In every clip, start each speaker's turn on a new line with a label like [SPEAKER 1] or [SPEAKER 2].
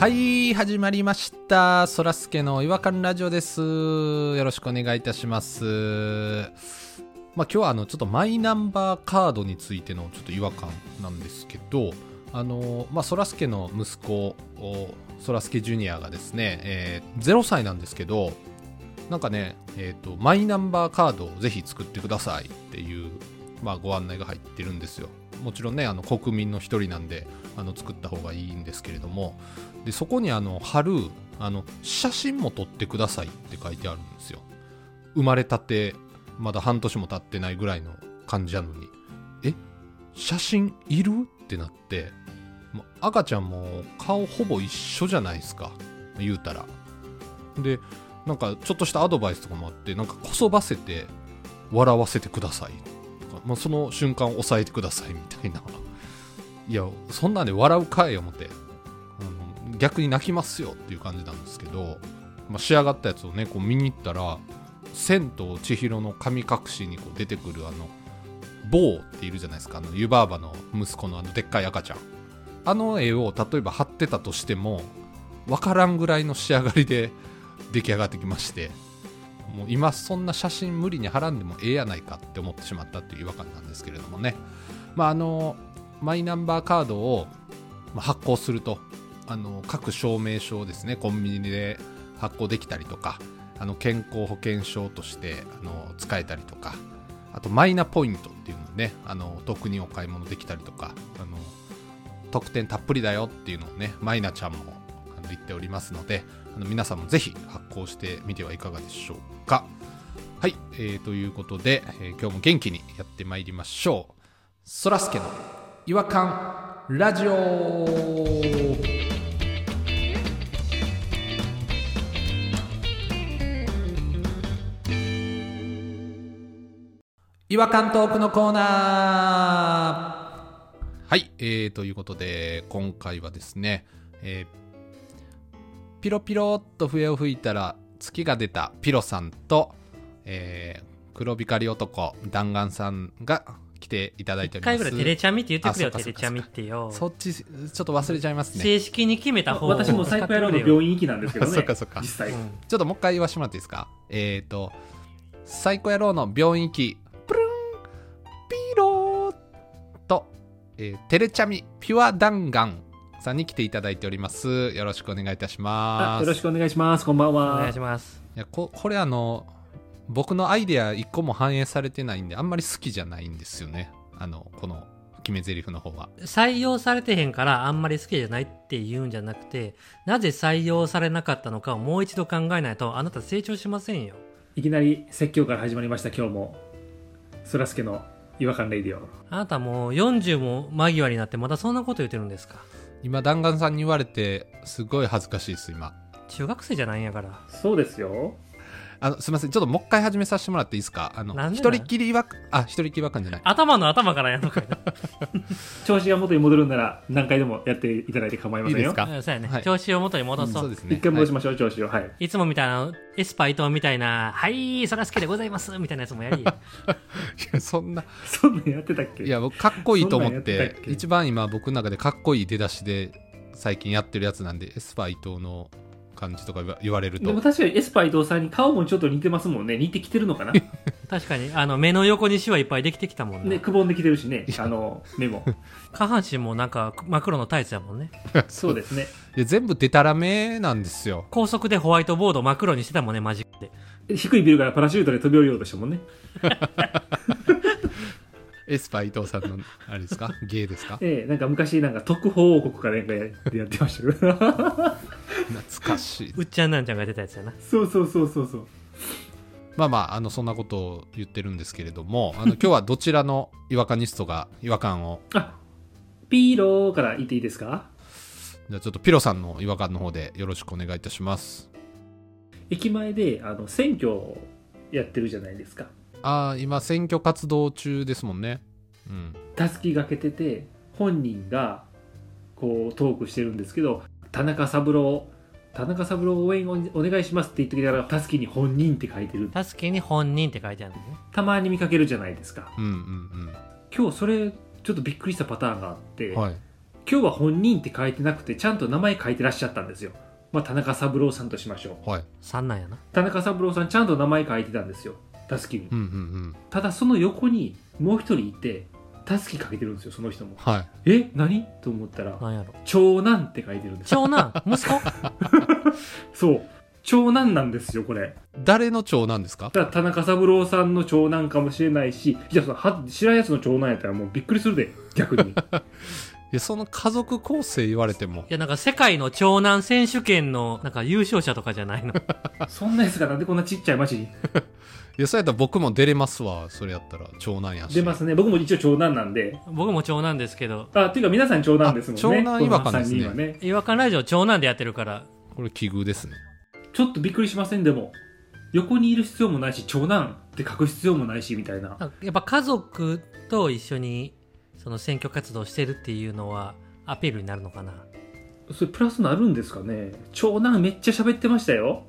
[SPEAKER 1] はい始まりましたそらすけの違和感ラジオですよろしくお願いいたしますまあ今日はあのちょっとマイナンバーカードについてのちょっと違和感なんですけどあのまあそらすけの息子おそらすけジュニアがですね、えー0歳なんですけどなんかね、えっ、と、マイナンバーカードをぜひ作ってくださいっていう、まあ、ご案内が入ってるんですよ。もちろんね、あの国民の一人なんで、あの作った方がいいんですけれども、でそこにあの貼るあの、写真も撮ってくださいって書いてあるんですよ。生まれたて、まだ半年も経ってないぐらいの感じなのに、え写真いるってなって、もう赤ちゃんも顔ほぼ一緒じゃないですか、言うたら。でなんかちょっとしたアドバイスとかもあってなんかこそばせて笑わせてくださいとか、まあ、その瞬間抑えてくださいみたいないやそんなんで笑うかい思ってあの逆に泣きますよっていう感じなんですけど、まあ、仕上がったやつをねこう見に行ったら「千と千尋の神隠し」にこう出てくるあの坊っているじゃないですかあの湯婆婆の息子のあのでっかい赤ちゃんあの絵を例えば貼ってたとしても分からんぐらいの仕上がりで 出来上がってきましてもう今そんな写真無理に貼らんでもええやないかって思ってしまったっていう違和感なんですけれどもねまああのマイナンバーカードをまあ発行するとあの各証明書をですねコンビニで発行できたりとかあの健康保険証としてあの使えたりとかあとマイナポイントっていうのねあのお得にお買い物できたりとかあの特典たっぷりだよっていうのをねマイナちゃんもあの言っておりますのであの皆さんもぜひ発行してみてはいかがでしょうかはい、えーということで、えー今日も元気にやってまいりましょうそらすけの違和感ラジオ違和感トークのコーナーはい、えー、ということで、今回はですね、えーピロピロっと笛を吹いたら月が出たピロさんと、えー黒光り男弾丸さんが来ていただいてお
[SPEAKER 2] 一
[SPEAKER 1] ります。
[SPEAKER 2] 回ぐらいテレチャミって言ってくれよ、
[SPEAKER 1] あそっ
[SPEAKER 2] テ
[SPEAKER 1] かそっ
[SPEAKER 2] レ
[SPEAKER 1] か
[SPEAKER 2] チャミってよ。
[SPEAKER 1] そっち、ちょっと忘れちゃいますね。
[SPEAKER 2] 正式に決めた方
[SPEAKER 3] 私もサイコ野郎の病院行きなんですけどね。
[SPEAKER 1] そっかそっか
[SPEAKER 3] 実際。
[SPEAKER 2] うん
[SPEAKER 1] ちょっともう一回言わせてもらっていいですかえっ、ー、と、サイコ野郎の病院行き、プルン、ピローと、えーテレチャミ、ピュア弾丸さんに来ていただいております。よろしくお願いいたしま
[SPEAKER 3] あ
[SPEAKER 1] す。
[SPEAKER 3] よろしくお願いします。こんばん
[SPEAKER 2] お願い
[SPEAKER 3] は
[SPEAKER 2] し。ます。
[SPEAKER 1] いやここれあの僕のアイデア一個も反映されてないんであんまり好きじゃないんですよねあのこの決め台詞の方は
[SPEAKER 2] 採用されてへんからあんまり好きじゃないって言うんじゃなくて、なぜ採用されなかったのかをもう一度考えないとあなた成長しませんよ。
[SPEAKER 3] いきなり説教から始まりました、今日も。そらすけの違和感レイディオ。
[SPEAKER 2] あなたもう40も間際になってまだそんなこと言ってるんですか。
[SPEAKER 1] 今弾丸さんに言われてすごい恥ずかしいです今
[SPEAKER 2] 中学生じゃないんやから。
[SPEAKER 3] そうですよ。
[SPEAKER 1] あのすいませんちょっともう一回始めさせてもらっていいですかあの
[SPEAKER 2] なんで
[SPEAKER 1] 一
[SPEAKER 2] なん
[SPEAKER 1] 人っきり違和感あ一人っきり違和感じゃない
[SPEAKER 2] 頭の頭からやんのかいな。
[SPEAKER 3] 調子が元に戻るんなら何回でもやっていただいて構いま
[SPEAKER 1] い
[SPEAKER 3] せ
[SPEAKER 1] い
[SPEAKER 3] んよ。
[SPEAKER 1] ですか
[SPEAKER 2] うんそうやね、
[SPEAKER 1] はい
[SPEAKER 2] 調子を元に戻そう。
[SPEAKER 1] そう
[SPEAKER 2] い
[SPEAKER 1] ですね
[SPEAKER 3] 一回戻し
[SPEAKER 1] は
[SPEAKER 3] ましょう、調子を。はい。
[SPEAKER 2] つもみたいな、エスパイトみたいな、はい、そらすけでございますみたいなやつもやり。
[SPEAKER 1] いいやそんな
[SPEAKER 3] そんなんやってたっけ
[SPEAKER 1] いや僕かっこいいと思っ
[SPEAKER 3] そんなんやって
[SPEAKER 1] て
[SPEAKER 3] たっけ
[SPEAKER 1] 一番今僕の中でかっこいい出だしで最近やってるやつなんでエスパー伊藤の感じとか言わ言われる
[SPEAKER 3] でも
[SPEAKER 1] と
[SPEAKER 3] 確かにエスパー伊藤さんに顔もちょっと似てますもんね。似てきてるのかな
[SPEAKER 2] 確かに、あの、目の横にシワいっぱいできてきたもん
[SPEAKER 3] ね、くぼんできてるしね。あの、目も。
[SPEAKER 2] 下半身もなんか真っ黒のタイツやもんね
[SPEAKER 3] そうですね。
[SPEAKER 1] いや全部デタラメなんですよ
[SPEAKER 2] 高速でホワイトボードを真っ黒にしてたもんねマジックで
[SPEAKER 3] 低いビルからパラシュートで飛び降りようとしたもんね。
[SPEAKER 1] エスパー伊藤さんの、あれですか芸ですか
[SPEAKER 3] ええなんか昔、なんか特報王国かなんかやってましたけど。
[SPEAKER 1] 懐かしい。
[SPEAKER 2] うっちゃんなんちゃんが出たやつやな
[SPEAKER 3] そうそうそうそうそう。
[SPEAKER 1] まあまあ、あの、そんなことを言ってるんですけれども、あの、今日はどちらの違和感ニストが違和感を、
[SPEAKER 3] あピーローから言っていいですか
[SPEAKER 1] じゃあちょっとピロさんの違和感の方でよろしくお願いいたします。
[SPEAKER 3] 駅前であの選挙をやってるじゃないですか
[SPEAKER 1] ああ、今、選挙活動中ですもんね。うん。
[SPEAKER 3] たすきがけてて本人がこうトークしてるんですけど「田中三郎田中三郎応援おお願いします」って言ってきながらたすきに「本人」って書いてる
[SPEAKER 2] たすきに本人って書いてあるのね
[SPEAKER 3] たまに見かけるじゃないですか
[SPEAKER 1] うんうん
[SPEAKER 3] 今日それちょっとびっくりしたパターンがあって、
[SPEAKER 1] うん。はい。
[SPEAKER 3] 今日は本人って書いてなくてちゃんと名前書いてらっしゃったんですよ、まあ、田中三郎さんとしましょう
[SPEAKER 1] はい。
[SPEAKER 2] 3なんやな
[SPEAKER 3] 田中三郎さんちゃんと名前書いてたんですよたすきに
[SPEAKER 1] うんうんうん。
[SPEAKER 3] ただその横にもう一人いてたすきかけてるんですよその人も
[SPEAKER 1] はい。
[SPEAKER 3] え何と思ったら
[SPEAKER 2] なんやろ
[SPEAKER 3] 長男って書いてるんです
[SPEAKER 2] 長男息子
[SPEAKER 3] そう長男なんですよこれ
[SPEAKER 1] 誰の長なんですか
[SPEAKER 3] だから田中三郎さんの長男かもしれないしいやそのは知らんやつの長男やったらもうびっくりするで 逆に
[SPEAKER 1] いや、その家族構成言われても
[SPEAKER 2] い。やなんか世界の長男選手権のなんか優勝者とかじゃないの
[SPEAKER 3] そんなやつがなんでこんなちっちゃい町に
[SPEAKER 1] いや、そうやったら僕も出れますわ。それやったら、長男やし。
[SPEAKER 3] 出ますね僕も一応長男なんで
[SPEAKER 2] 僕も長男ですけど
[SPEAKER 3] あっていうか皆さん長男ですもんね
[SPEAKER 1] あ長男違和感ですね
[SPEAKER 3] この三人はね
[SPEAKER 2] 違和感ラジオ長男でやってるから
[SPEAKER 1] これ奇遇ですね。
[SPEAKER 3] ちょっとびっくりしませんでも横にいる必要もないし長男って書く必要もないしみたいな
[SPEAKER 2] なんかやっぱ家族と一緒にその選挙活動してるっていうのはアピールになるのかな
[SPEAKER 3] それプラスなるんですかね長男めっちゃ喋ってましたよ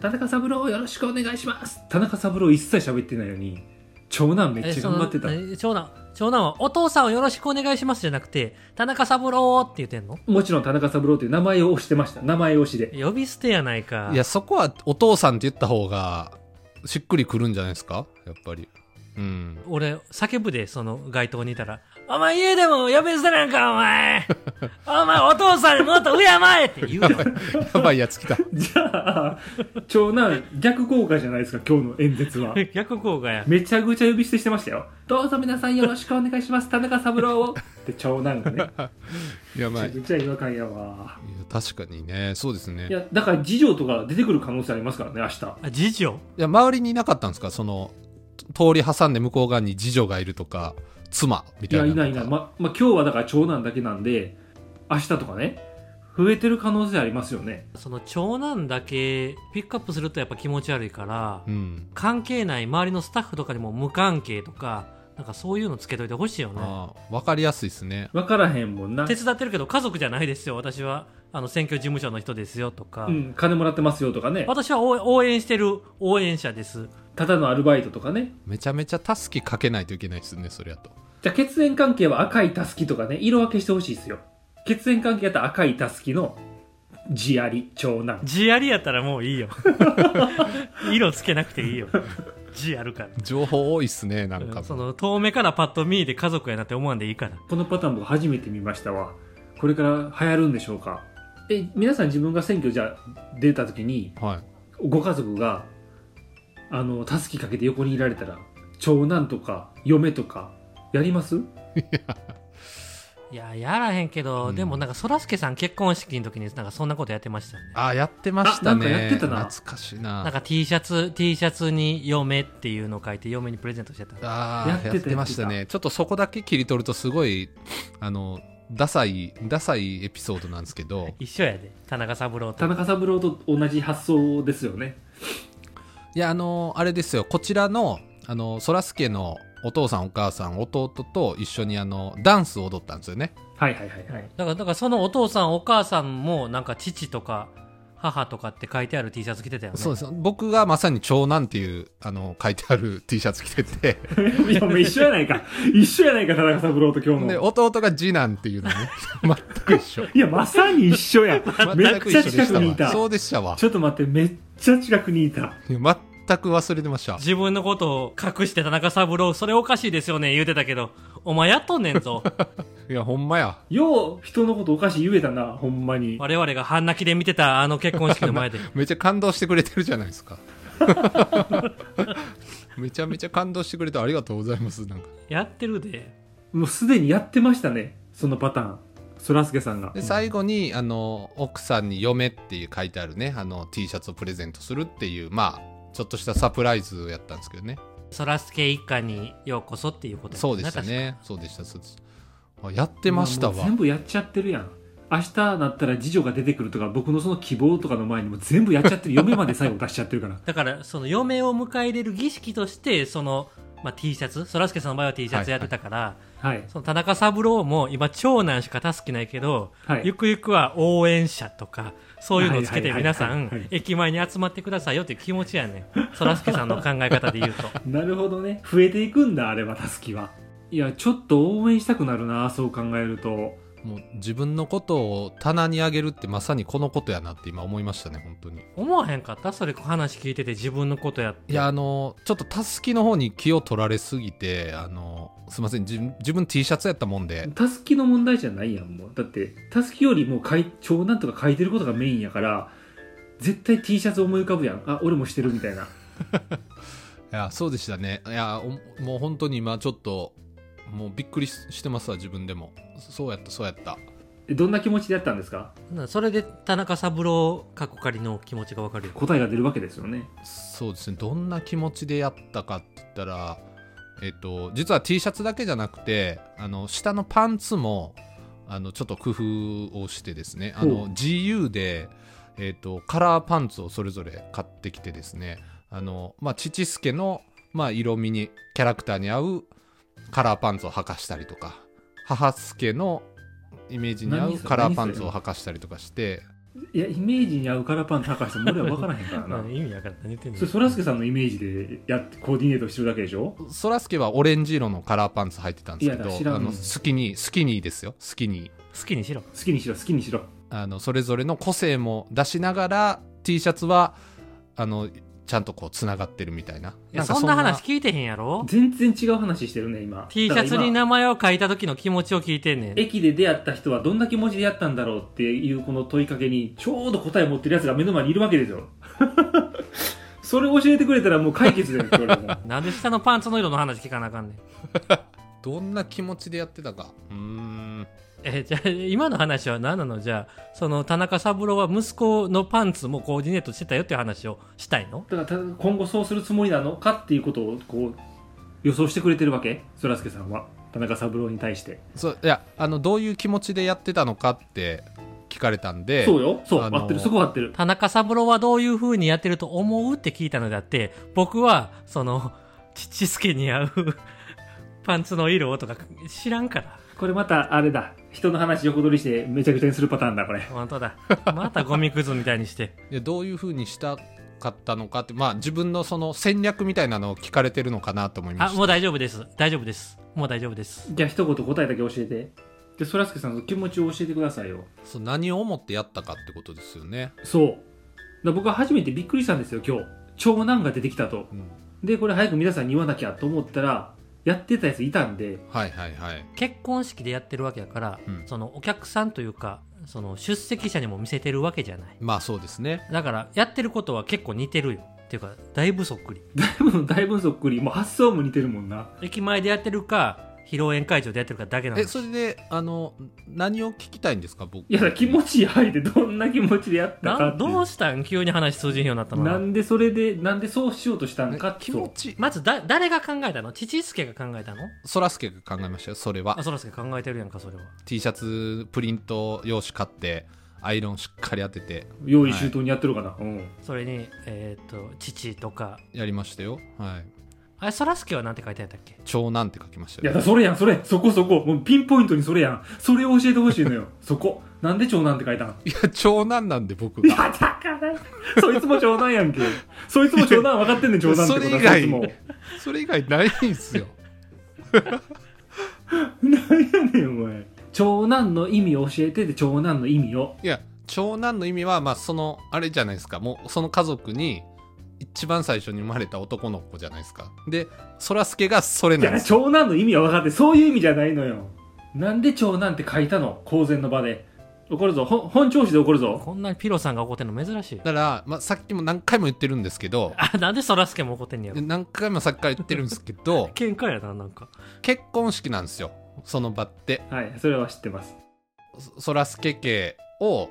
[SPEAKER 3] 田中三郎よろしくお願いします田中三郎一切喋ってないのに長男めっちゃ頑張ってた
[SPEAKER 2] えそのえ長男長男は「お父さんをよろしくお願いします」じゃなくて「田中三郎」って言ってんの
[SPEAKER 3] もちろん田中三郎という名前を押してました名前押しで
[SPEAKER 2] 呼び捨てやないか
[SPEAKER 1] いや、そこはお父さんって言った方が、しっくりくるんじゃないですかやっぱり。うん。
[SPEAKER 2] 俺叫ぶでその街頭にいたら「お前家でも呼び捨てなんかお前お前お父さんにもっと敬え!」って言う よ
[SPEAKER 1] やばいやつ来た。
[SPEAKER 3] じゃあ長男逆効果じゃないですか今日の演説は
[SPEAKER 2] 逆効果や
[SPEAKER 3] めちゃくちゃ呼び捨てしてましたよどうぞ皆さんよろしくお願いします田中三郎をって長男がね
[SPEAKER 1] やば
[SPEAKER 3] め
[SPEAKER 1] い。い
[SPEAKER 3] ちゃくちゃ違和感やわ
[SPEAKER 1] や確かにね、そうですね。
[SPEAKER 3] い
[SPEAKER 1] いや、
[SPEAKER 3] やだから次女とか出てくる可能性ありますからね明日
[SPEAKER 2] あ次女
[SPEAKER 1] 周りにいなかったんですかその、通り挟んで向こう側に次女がいるとか、妻み
[SPEAKER 3] い
[SPEAKER 1] たい
[SPEAKER 3] や
[SPEAKER 1] な。
[SPEAKER 3] いないいない、まま、今日はだから長男だけなんで明日とかね増えてる可能性ありますよね
[SPEAKER 2] その長男だけピックアップするとやっぱ気持ち悪いから、
[SPEAKER 1] うん。
[SPEAKER 2] 関係ない周りのスタッフとかにも無関係とかなんかそういうのつけといてほしいよね
[SPEAKER 1] ああ、わかりやすいですね。
[SPEAKER 3] 分からへんもんな
[SPEAKER 2] 手、伝ってるけど家族じゃないですよ私はあの選挙事務所の人ですよとか、
[SPEAKER 3] うん、金もらってますよとかね
[SPEAKER 2] 私は応応援してる応援者です
[SPEAKER 3] ただのアルバイトとかね
[SPEAKER 1] めちゃめちゃタスキかけないといけないですね、それやと。
[SPEAKER 3] じゃあ血縁関係は赤いたすきとかね色分けしてほしいですよ血縁関係やったら赤いたすきの地あり長男
[SPEAKER 2] 地ありやったらもういいよ 色つけなくていいよ地あるから
[SPEAKER 1] 情報多いっすね、なんか
[SPEAKER 2] そ
[SPEAKER 1] もう。
[SPEAKER 2] の遠目からパッと見で家族やなって思わんでいいから
[SPEAKER 3] このパターン僕初めて見ましたわこれから流行るんでしょうかえ皆さん自分が選挙じゃあ出た時に
[SPEAKER 1] はい。
[SPEAKER 3] ご家族があのたすきかけて横にいられたら長男とか嫁とかやります
[SPEAKER 2] いややらへんけど、
[SPEAKER 1] うん
[SPEAKER 2] でもなんかそらすけさん結婚式の時になんかそんなことやってましたよね
[SPEAKER 1] ああ、やってましたね。
[SPEAKER 3] あなんかやってたな
[SPEAKER 1] 懐かしいな。
[SPEAKER 2] なんか T シャツ T シャツに嫁っていうのを書いて嫁にプレゼントしてた
[SPEAKER 1] ああ
[SPEAKER 3] や
[SPEAKER 1] や
[SPEAKER 3] っ
[SPEAKER 1] って
[SPEAKER 3] た
[SPEAKER 1] てましたねちょっとそこだけ切り取るとすごいあのダサいダサいエピソードなんですけど
[SPEAKER 2] 一緒やで田中三郎
[SPEAKER 3] 田
[SPEAKER 2] と
[SPEAKER 3] 中三郎と同じ発想ですよね
[SPEAKER 1] いやあのあれですよこちらのあのそらすけのお父さんお母さん弟と一緒にあのダンスを踊ったんですよね
[SPEAKER 3] はいはいはいはい
[SPEAKER 2] だからだからそのお父さんお母さんもなんか父とか母とかって書いてある T シャツ着てたよね
[SPEAKER 1] そうです僕がまさに長男っていうあの書いてある T シャツ着て て
[SPEAKER 3] いやもう一緒やないか一緒やないか田中三郎と今日
[SPEAKER 1] で
[SPEAKER 3] の
[SPEAKER 1] 弟が次男っていうのね 全く一緒
[SPEAKER 3] いやまさに一緒や め
[SPEAKER 1] 全
[SPEAKER 3] っ
[SPEAKER 1] く
[SPEAKER 3] ち
[SPEAKER 1] 一
[SPEAKER 3] ゃ
[SPEAKER 1] 緒でし
[SPEAKER 3] 近
[SPEAKER 1] た
[SPEAKER 3] くにい
[SPEAKER 1] わ
[SPEAKER 3] た
[SPEAKER 1] そうでしたわ
[SPEAKER 3] ちょっと待ってめっちゃ近くにいた
[SPEAKER 1] いや全く忘れてました
[SPEAKER 2] 自分のことを隠して田中三郎それおかしいですよね言うてたけどお前やっとんねんぞ
[SPEAKER 1] いやほんまや
[SPEAKER 3] よう人のことおかしい言えたなほんまに
[SPEAKER 2] 我々が半泣きで見てたあの結婚式の 前で
[SPEAKER 1] めちゃ感動してくれてるじゃないですか めちゃめちゃ感動してくれてありがとうございますなんか
[SPEAKER 2] やってるで
[SPEAKER 3] もうすでにやってましたねそのパターンそらすけさんが
[SPEAKER 1] で最後にあの奥さんに「嫁」っていう書いてあるねあの T シャツをプレゼントするっていうまあちょっとしたサプライズやったんですけどね
[SPEAKER 2] そらすけ一家にようこそっていうことや
[SPEAKER 1] そうでしたねそうでしたそうでしたあやってましたわ
[SPEAKER 3] もう全部やっちゃってるやん明日なったら次女が出てくるとか僕のその希望とかの前にもう全部やっちゃってる嫁まで最後出しちゃって るから
[SPEAKER 2] だからその嫁を迎え入れる儀式としてその、まあ、T シャツそらすけさんの場合は T シャツやってたから、
[SPEAKER 3] はい
[SPEAKER 2] その田中三郎も今長男しか助けないけど、
[SPEAKER 3] はい
[SPEAKER 2] ゆくゆくは応援者とかそういうのをつけて
[SPEAKER 3] はいはいはいは
[SPEAKER 2] 皆
[SPEAKER 3] い
[SPEAKER 2] さん
[SPEAKER 3] はい
[SPEAKER 2] 駅前に集まってくださいよっていう気持ちやねんそらすけさんの考え方で言う と
[SPEAKER 3] なるほどね増えていくんだあれはたすきはいやちょっと応援したくなるなそう考えると
[SPEAKER 1] もう自分のことを棚に上げるってまさにこのことやなって今思いましたね本当に
[SPEAKER 2] 思わへんかったそれ話聞いてて自分のことやって
[SPEAKER 1] いやあのちょっとたすきの方に気を取られすぎてあのすいません自分自分 T シャツやったもんで
[SPEAKER 3] たすきの問題じゃないやんもうだってたすきよりもかい長男とか書いてることがメインやから絶対 T シャツ思い浮かぶやんあ俺もしてるみたいない
[SPEAKER 1] やそうでしたねいやおもう本当に今ちょっともうびっくりししてますわ自分でもそうやったそうやった
[SPEAKER 3] えどんな気持ちでやったんですか
[SPEAKER 2] なそれで田中三郎かっこかりの気持ちがわかるよ
[SPEAKER 3] 答えが出るわけですよね
[SPEAKER 1] そうですねどんな気持ちでやったかって言ったらえっと実は T シャツだけじゃなくてあの下のパンツもあのちょっと工夫をしてですねあ
[SPEAKER 3] ほう
[SPEAKER 1] の GU で、えっと、カラーパンツをそれぞれ買ってきてですねあの、まあ、父助の、まあ、色味にキャラクターに合うカラーパンツを履かしたりとか母助のイメージに合
[SPEAKER 3] 何
[SPEAKER 1] う
[SPEAKER 3] それ
[SPEAKER 1] カラーパンツを履かしたりとかして
[SPEAKER 3] いやイメージに合うカラーパン高橋さんも俺は分からへんから な
[SPEAKER 2] 意味わからん何言ってんの
[SPEAKER 3] それそらすけさんのイメージでやってコーディネートしてるだけでしょ
[SPEAKER 1] そらすけはオレンジ色のカラーパンツ履いてたんですけ
[SPEAKER 3] いや知ら
[SPEAKER 1] ど
[SPEAKER 3] ん
[SPEAKER 1] あのスキニースキニーですよスキニー
[SPEAKER 2] 好きにしろ
[SPEAKER 3] 好きにしろ好きにしろ
[SPEAKER 1] あのそれぞれの個性も出しながら T シャツはあのちゃんとこうつながってるみたいない
[SPEAKER 2] や
[SPEAKER 1] か
[SPEAKER 2] そんな話聞いてへんやろ
[SPEAKER 3] 全然違う話してるね今
[SPEAKER 2] T シャツに
[SPEAKER 3] な
[SPEAKER 2] 名前を書いた時の気持ちを聞いてんねん
[SPEAKER 3] 駅で出会った人はどんな気持ちでやったんだろうっていうこの問いかけにちょうど答え持ってるやつが目の前にいるわけですよ それ教えてくれたらもう解決だよこれも
[SPEAKER 2] なんで下のパンツの色の話聞かなあかんねん
[SPEAKER 1] どんな気持ちでやってたかうーん
[SPEAKER 2] えじゃあ今の話は何なのじゃあその田中三郎は息子のパンツもコーディネートしてたよっていう話をしたいの
[SPEAKER 3] だからた今後そうするつもりなのかっていうことをこう予想してくれてるわけそらすけさんは田中三郎に対して
[SPEAKER 1] そういやあのどういう気持ちでやってたのかって聞かれたんで
[SPEAKER 3] そうよそう、
[SPEAKER 1] あの
[SPEAKER 3] 合ってるそこ合ってる
[SPEAKER 2] 田中三郎はどういう風にやってると思うって聞いたのであって僕はその父助に合うパンツの色をとか知らんから
[SPEAKER 3] これまたあれだ人の話横取りしてめちゃくちゃにするパターンだこれ
[SPEAKER 2] 本当だまたゴミくずみたいに して
[SPEAKER 1] でどういうふうにしたかったのかってまあ自分のその戦略みたいなのを聞かれてるのかなと思いま
[SPEAKER 2] あ
[SPEAKER 1] した
[SPEAKER 2] もう大丈夫です大丈夫ですもう大丈夫です
[SPEAKER 3] じゃあ一言答えだけ教えてでそらすけさんの気持ちを教えてくださいよ
[SPEAKER 1] そう何を思ってやったかってことですよね、
[SPEAKER 3] そうだ僕は初めてびっくりしたんですよ今日長男が出てきたと
[SPEAKER 1] うん、
[SPEAKER 3] でこれ早く皆さんに言わなきゃと思ったらやってたやついたんで
[SPEAKER 1] はいはいはい
[SPEAKER 2] 結婚式でやってるわけだから、
[SPEAKER 1] うん
[SPEAKER 2] そのお客さんというかその出席者にも見せてるわけじゃない
[SPEAKER 1] まあそうですね
[SPEAKER 2] だからやってることは結構似てるよっていうかだいぶそっくり
[SPEAKER 3] でもだいぶそっくりもう発想も似てるもんな
[SPEAKER 2] 駅前でやってるか披露宴会場でやってるかだけなの
[SPEAKER 1] えそれであの何を聞きたいんですか僕
[SPEAKER 3] いやだ気持ちやいてどんな気持ちでやったか
[SPEAKER 2] な
[SPEAKER 3] って
[SPEAKER 2] どうしたん急に話通じんようになったの
[SPEAKER 3] なんでそれでなんでそうしようとしたんか
[SPEAKER 1] え
[SPEAKER 3] と
[SPEAKER 1] 気持ち
[SPEAKER 2] まずだ誰が考えたの父助が考えたの
[SPEAKER 1] そらすけが考えましたよそれは
[SPEAKER 2] あそらすけ考えてるやんかそれは
[SPEAKER 1] T シャツプリント用紙買ってアイロンしっかり当てて
[SPEAKER 3] 用意周到にやってるかな、うん
[SPEAKER 2] それにえーっと父とか
[SPEAKER 1] やりましたよはい
[SPEAKER 2] あれそらすけはなんて書いてあったっけ
[SPEAKER 1] 長男って書きました
[SPEAKER 3] いや
[SPEAKER 1] よ
[SPEAKER 3] だそれやんそれそこそこもうピンポイントにそれやんそれを教えてほしいのよそこなんで長男って書いたん
[SPEAKER 1] いや長男なんで僕
[SPEAKER 3] いや
[SPEAKER 1] が
[SPEAKER 3] だからそいつも長男やんけそいつも長男分かってんねん 長男ってこと
[SPEAKER 1] それ以外
[SPEAKER 3] そいつも
[SPEAKER 1] それ以外ないんすよ
[SPEAKER 3] 何やねんお前長男の意味を教えてて長男の意味を
[SPEAKER 1] いや長男の意味はまあそのあれじゃないですかもうその家族に一番最初に生まれた男の子じゃないですかでそらすけがそれ
[SPEAKER 3] い
[SPEAKER 1] なんで
[SPEAKER 3] や
[SPEAKER 1] すよ
[SPEAKER 3] 長男の意味は分かってそういう意味じゃないのよなんで長男って書いたの公然の場で怒るぞほん本調子で怒るぞ
[SPEAKER 2] こんなにピロさんが怒ってんの珍しい
[SPEAKER 1] だから、まあ、さっきも何回も言ってるんですけど
[SPEAKER 2] あなんでそらすけも怒ってんね や
[SPEAKER 1] で
[SPEAKER 2] ろ
[SPEAKER 1] 何回もさっきから言ってるんですけ ど
[SPEAKER 2] 喧嘩やななんか
[SPEAKER 1] 結婚式なんですよその場って
[SPEAKER 3] はいそれは知ってます
[SPEAKER 1] そそらすけ家を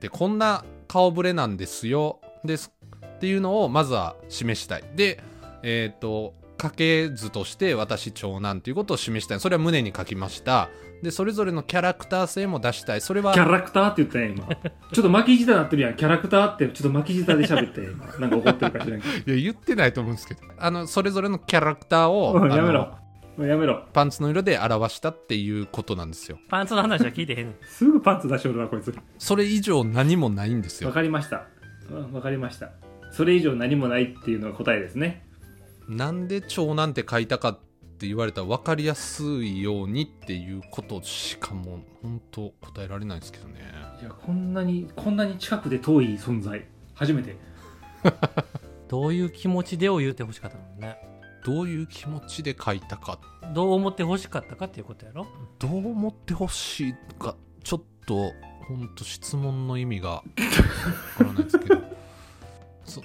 [SPEAKER 1] でこんな顔ぶれなんですよですっていうのをまずは示したいでえっ、と家系図として私長男ということを示したいそれは胸に書きましたでそれぞれのキャラクター性も出したいそれは
[SPEAKER 3] キャラクターって言ったやん今ちょっと巻き舌なってるやんキャラクターってちょっと巻き舌で喋って今なんか怒ってるか知らんけど
[SPEAKER 1] いや言ってないと思うんですけどあのそれぞれのキャラクターを
[SPEAKER 3] おいや め
[SPEAKER 1] あの
[SPEAKER 3] ろおいやめろ
[SPEAKER 1] パンツの色で表したっていうことなんですよ
[SPEAKER 2] パンツの話は聞いてへんねん
[SPEAKER 3] すぐパンツ出しおるわこいつ
[SPEAKER 1] それ以上何もないんです
[SPEAKER 3] わ
[SPEAKER 1] よ
[SPEAKER 3] かりましたうんわかりましたそれ以上何もないっていうのが答えですね
[SPEAKER 1] なんで長男って書いたかっって言われたら分かりやすいようにっていうことしかもう本当答えられないですけどね
[SPEAKER 3] いやこんなにこんなに近くで遠い存在初めて
[SPEAKER 2] どういう気持ちでを言ってほしかったのね
[SPEAKER 1] どういう気持ちで書いたか
[SPEAKER 2] どう思ってほしかったかっていうことやろ
[SPEAKER 1] どう思ってほしいかちょっと本当質問の意味がわからないです けどそ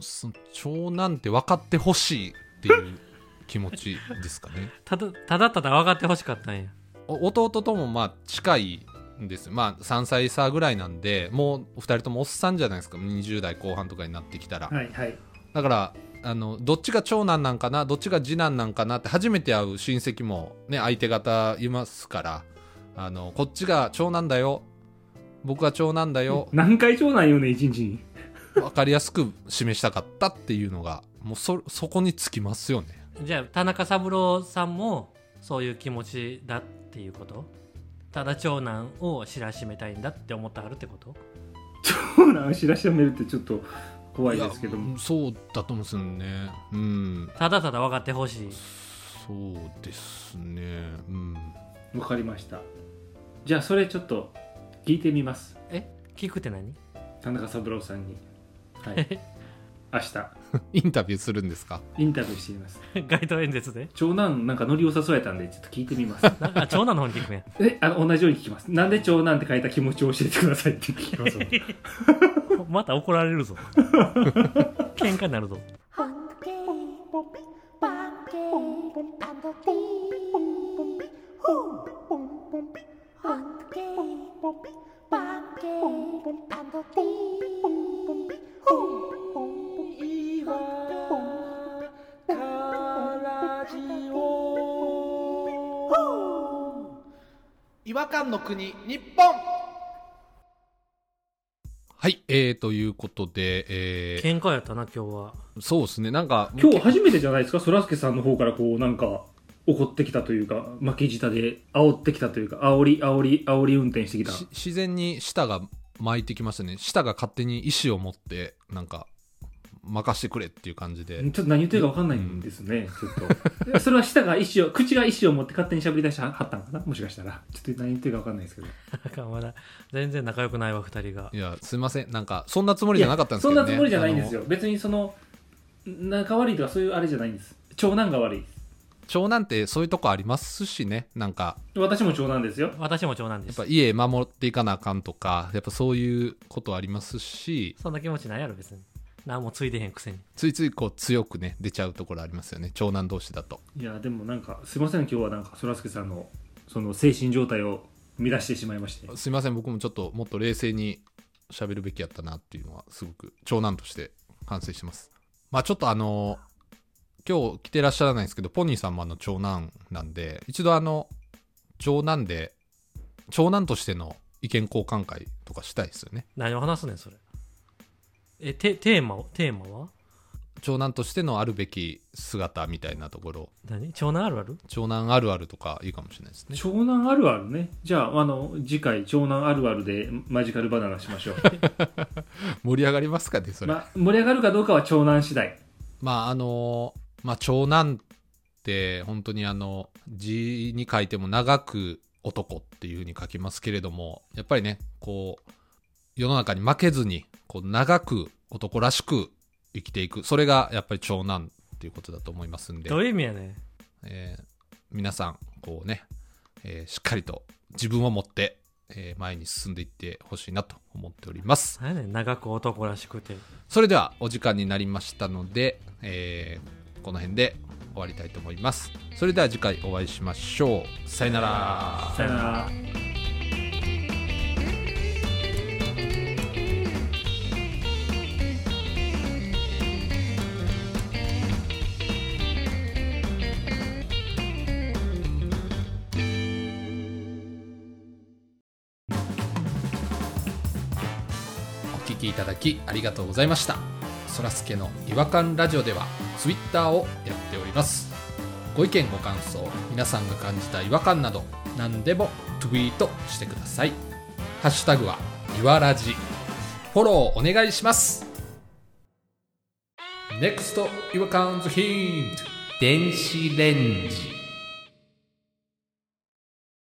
[SPEAKER 1] そ長男って分かってほしいっていう気持ちですかね
[SPEAKER 2] ただただただ分かってほしかったんや
[SPEAKER 1] お弟ともまあ近いんですまあ3歳差ぐらいなんでもう2人ともおっさんじゃないですか20代後半とかになってきたら、
[SPEAKER 3] はいはい
[SPEAKER 1] だからあのどっちが長男なんかなどっちが次男なんかなって初めて会う親戚もね相手方いますからあのこっちが長男だよ僕は長男だよ
[SPEAKER 3] 何回長男よね一日に
[SPEAKER 1] 分かりやすく示したかったっていうのがもうそそこにつきますよね
[SPEAKER 2] じゃあ田中三郎さんもそういう気持ちだっていうことただ長男を知らしめたいんだって思ってはるってこと
[SPEAKER 3] 長男を知らしめるってちょっと怖いですけど
[SPEAKER 1] い
[SPEAKER 3] も
[SPEAKER 1] やそうだと思うんですよねうん
[SPEAKER 2] ただただ分かってほしい
[SPEAKER 1] そうですねうん
[SPEAKER 3] わかりましたじゃあそれちょっと聞いてみます
[SPEAKER 2] え聞くって何
[SPEAKER 3] 田中三郎さんにはい 明日
[SPEAKER 1] インタビューするんですか
[SPEAKER 3] インタビューしてみます
[SPEAKER 2] 街頭演説で
[SPEAKER 3] 長男なんかノリ良さそうやったんでちょっと聞いてみます
[SPEAKER 2] なあ長男の方に聞くね
[SPEAKER 3] えあの同じように聞きますなんで長男って書いた気持ちを教えてくださいって聞きます
[SPEAKER 2] また怒られるぞ 喧嘩になるぞ
[SPEAKER 4] Hunky,
[SPEAKER 5] 違和感の国日本
[SPEAKER 1] はいえー、ということで、えー
[SPEAKER 2] 喧嘩やったな今日は
[SPEAKER 1] そうですねなんか
[SPEAKER 3] 今日初めてじゃないですかそらすけさんの方からこうなんか怒ってきたというか巻き舌で煽ってきたというか煽り煽り煽り運転してきた
[SPEAKER 1] し自然に舌が巻いてきましたね舌が勝手に意思を持ってなんか任してくれっていう感じで、
[SPEAKER 3] ちょっと何言ってるか分かんないんですね、ちょっと。それは舌が意思を、口が意思を持って勝手に喋り出しはったのかなもしかしたら。ちょっと何言ってるか分かんないですけど。
[SPEAKER 2] なんかまだ全然仲良くないわ二人が
[SPEAKER 1] いやすいませんなんかそんなつもりじゃなかったんです
[SPEAKER 3] そ
[SPEAKER 1] け
[SPEAKER 3] ん
[SPEAKER 1] ど、
[SPEAKER 3] な
[SPEAKER 1] ね、
[SPEAKER 3] つもりじゃないんです
[SPEAKER 1] よ
[SPEAKER 3] よ。別にその、仲悪いとかそういうあれじゃないんです。長男が悪い。
[SPEAKER 1] 長男ってそういうとこありますしねなんか
[SPEAKER 3] 私も長男ですよ。
[SPEAKER 2] 私も長男で
[SPEAKER 1] やっ
[SPEAKER 2] す
[SPEAKER 1] ぱ家守っていかなあかんとかやっぱそういうことありますし
[SPEAKER 2] そんな気持ちないやろ別に何もついてへんくせに
[SPEAKER 1] ついついこう強くね出ちゃうところありますよね長男同士だと
[SPEAKER 3] いや、でもなんか、すいません、今日はなんか、そらすけさんの、その精神状態を乱してしまいまして。
[SPEAKER 1] すいません僕もちょっともっと冷静に喋るべきやったなっていうのはすごく長男として反省してますまあちょっとあの今日来てらっしゃらないんですけどポニーさんもあの長男なんで一度あの長男で長男としての意見交換会とかしたいですよね
[SPEAKER 2] 何を話すねんそれえテテーマをテーマは
[SPEAKER 1] 長男としてのあるべき姿みたいなところ
[SPEAKER 2] 何長男あるある
[SPEAKER 1] 長男あるあるとかいいかもしれないです ね
[SPEAKER 3] 長男あるあるね。じゃあ、あの、次回、長男あるあるでマジカルバナナしましょう。
[SPEAKER 1] 盛り上がりますかねそれ、ま
[SPEAKER 3] まあ、盛り上がるかどうかは長男次第。
[SPEAKER 1] ああのまあ長男って本当にあの字に書いても長く男っていうふうに書きますけれどもやっぱりねこう世の中に負けずにこう長く男らしく生きていくそれがやっぱり長男っていうことだと思いますんで
[SPEAKER 2] どういう意味やねん
[SPEAKER 1] えー皆さんこうね、えーしっかりと自分を持って、えー前に進んでいってほしいなと思っております
[SPEAKER 2] 何やねん長く男らしくて
[SPEAKER 1] それではお時間になりましたので、えーこの辺で終わりたいと思いますそれでは次回お会いしましょうさよなら
[SPEAKER 3] さよなら。
[SPEAKER 1] お聞きいただきありがとうございましたそらすけの違和感ラジオではツイッターをやっておりますご意見ご感想皆さんが感じた違和感など何でもツイートしてくださいハッシュタグはいわらじフォローお願いします NEXT 違和感ズヒント電子レンジ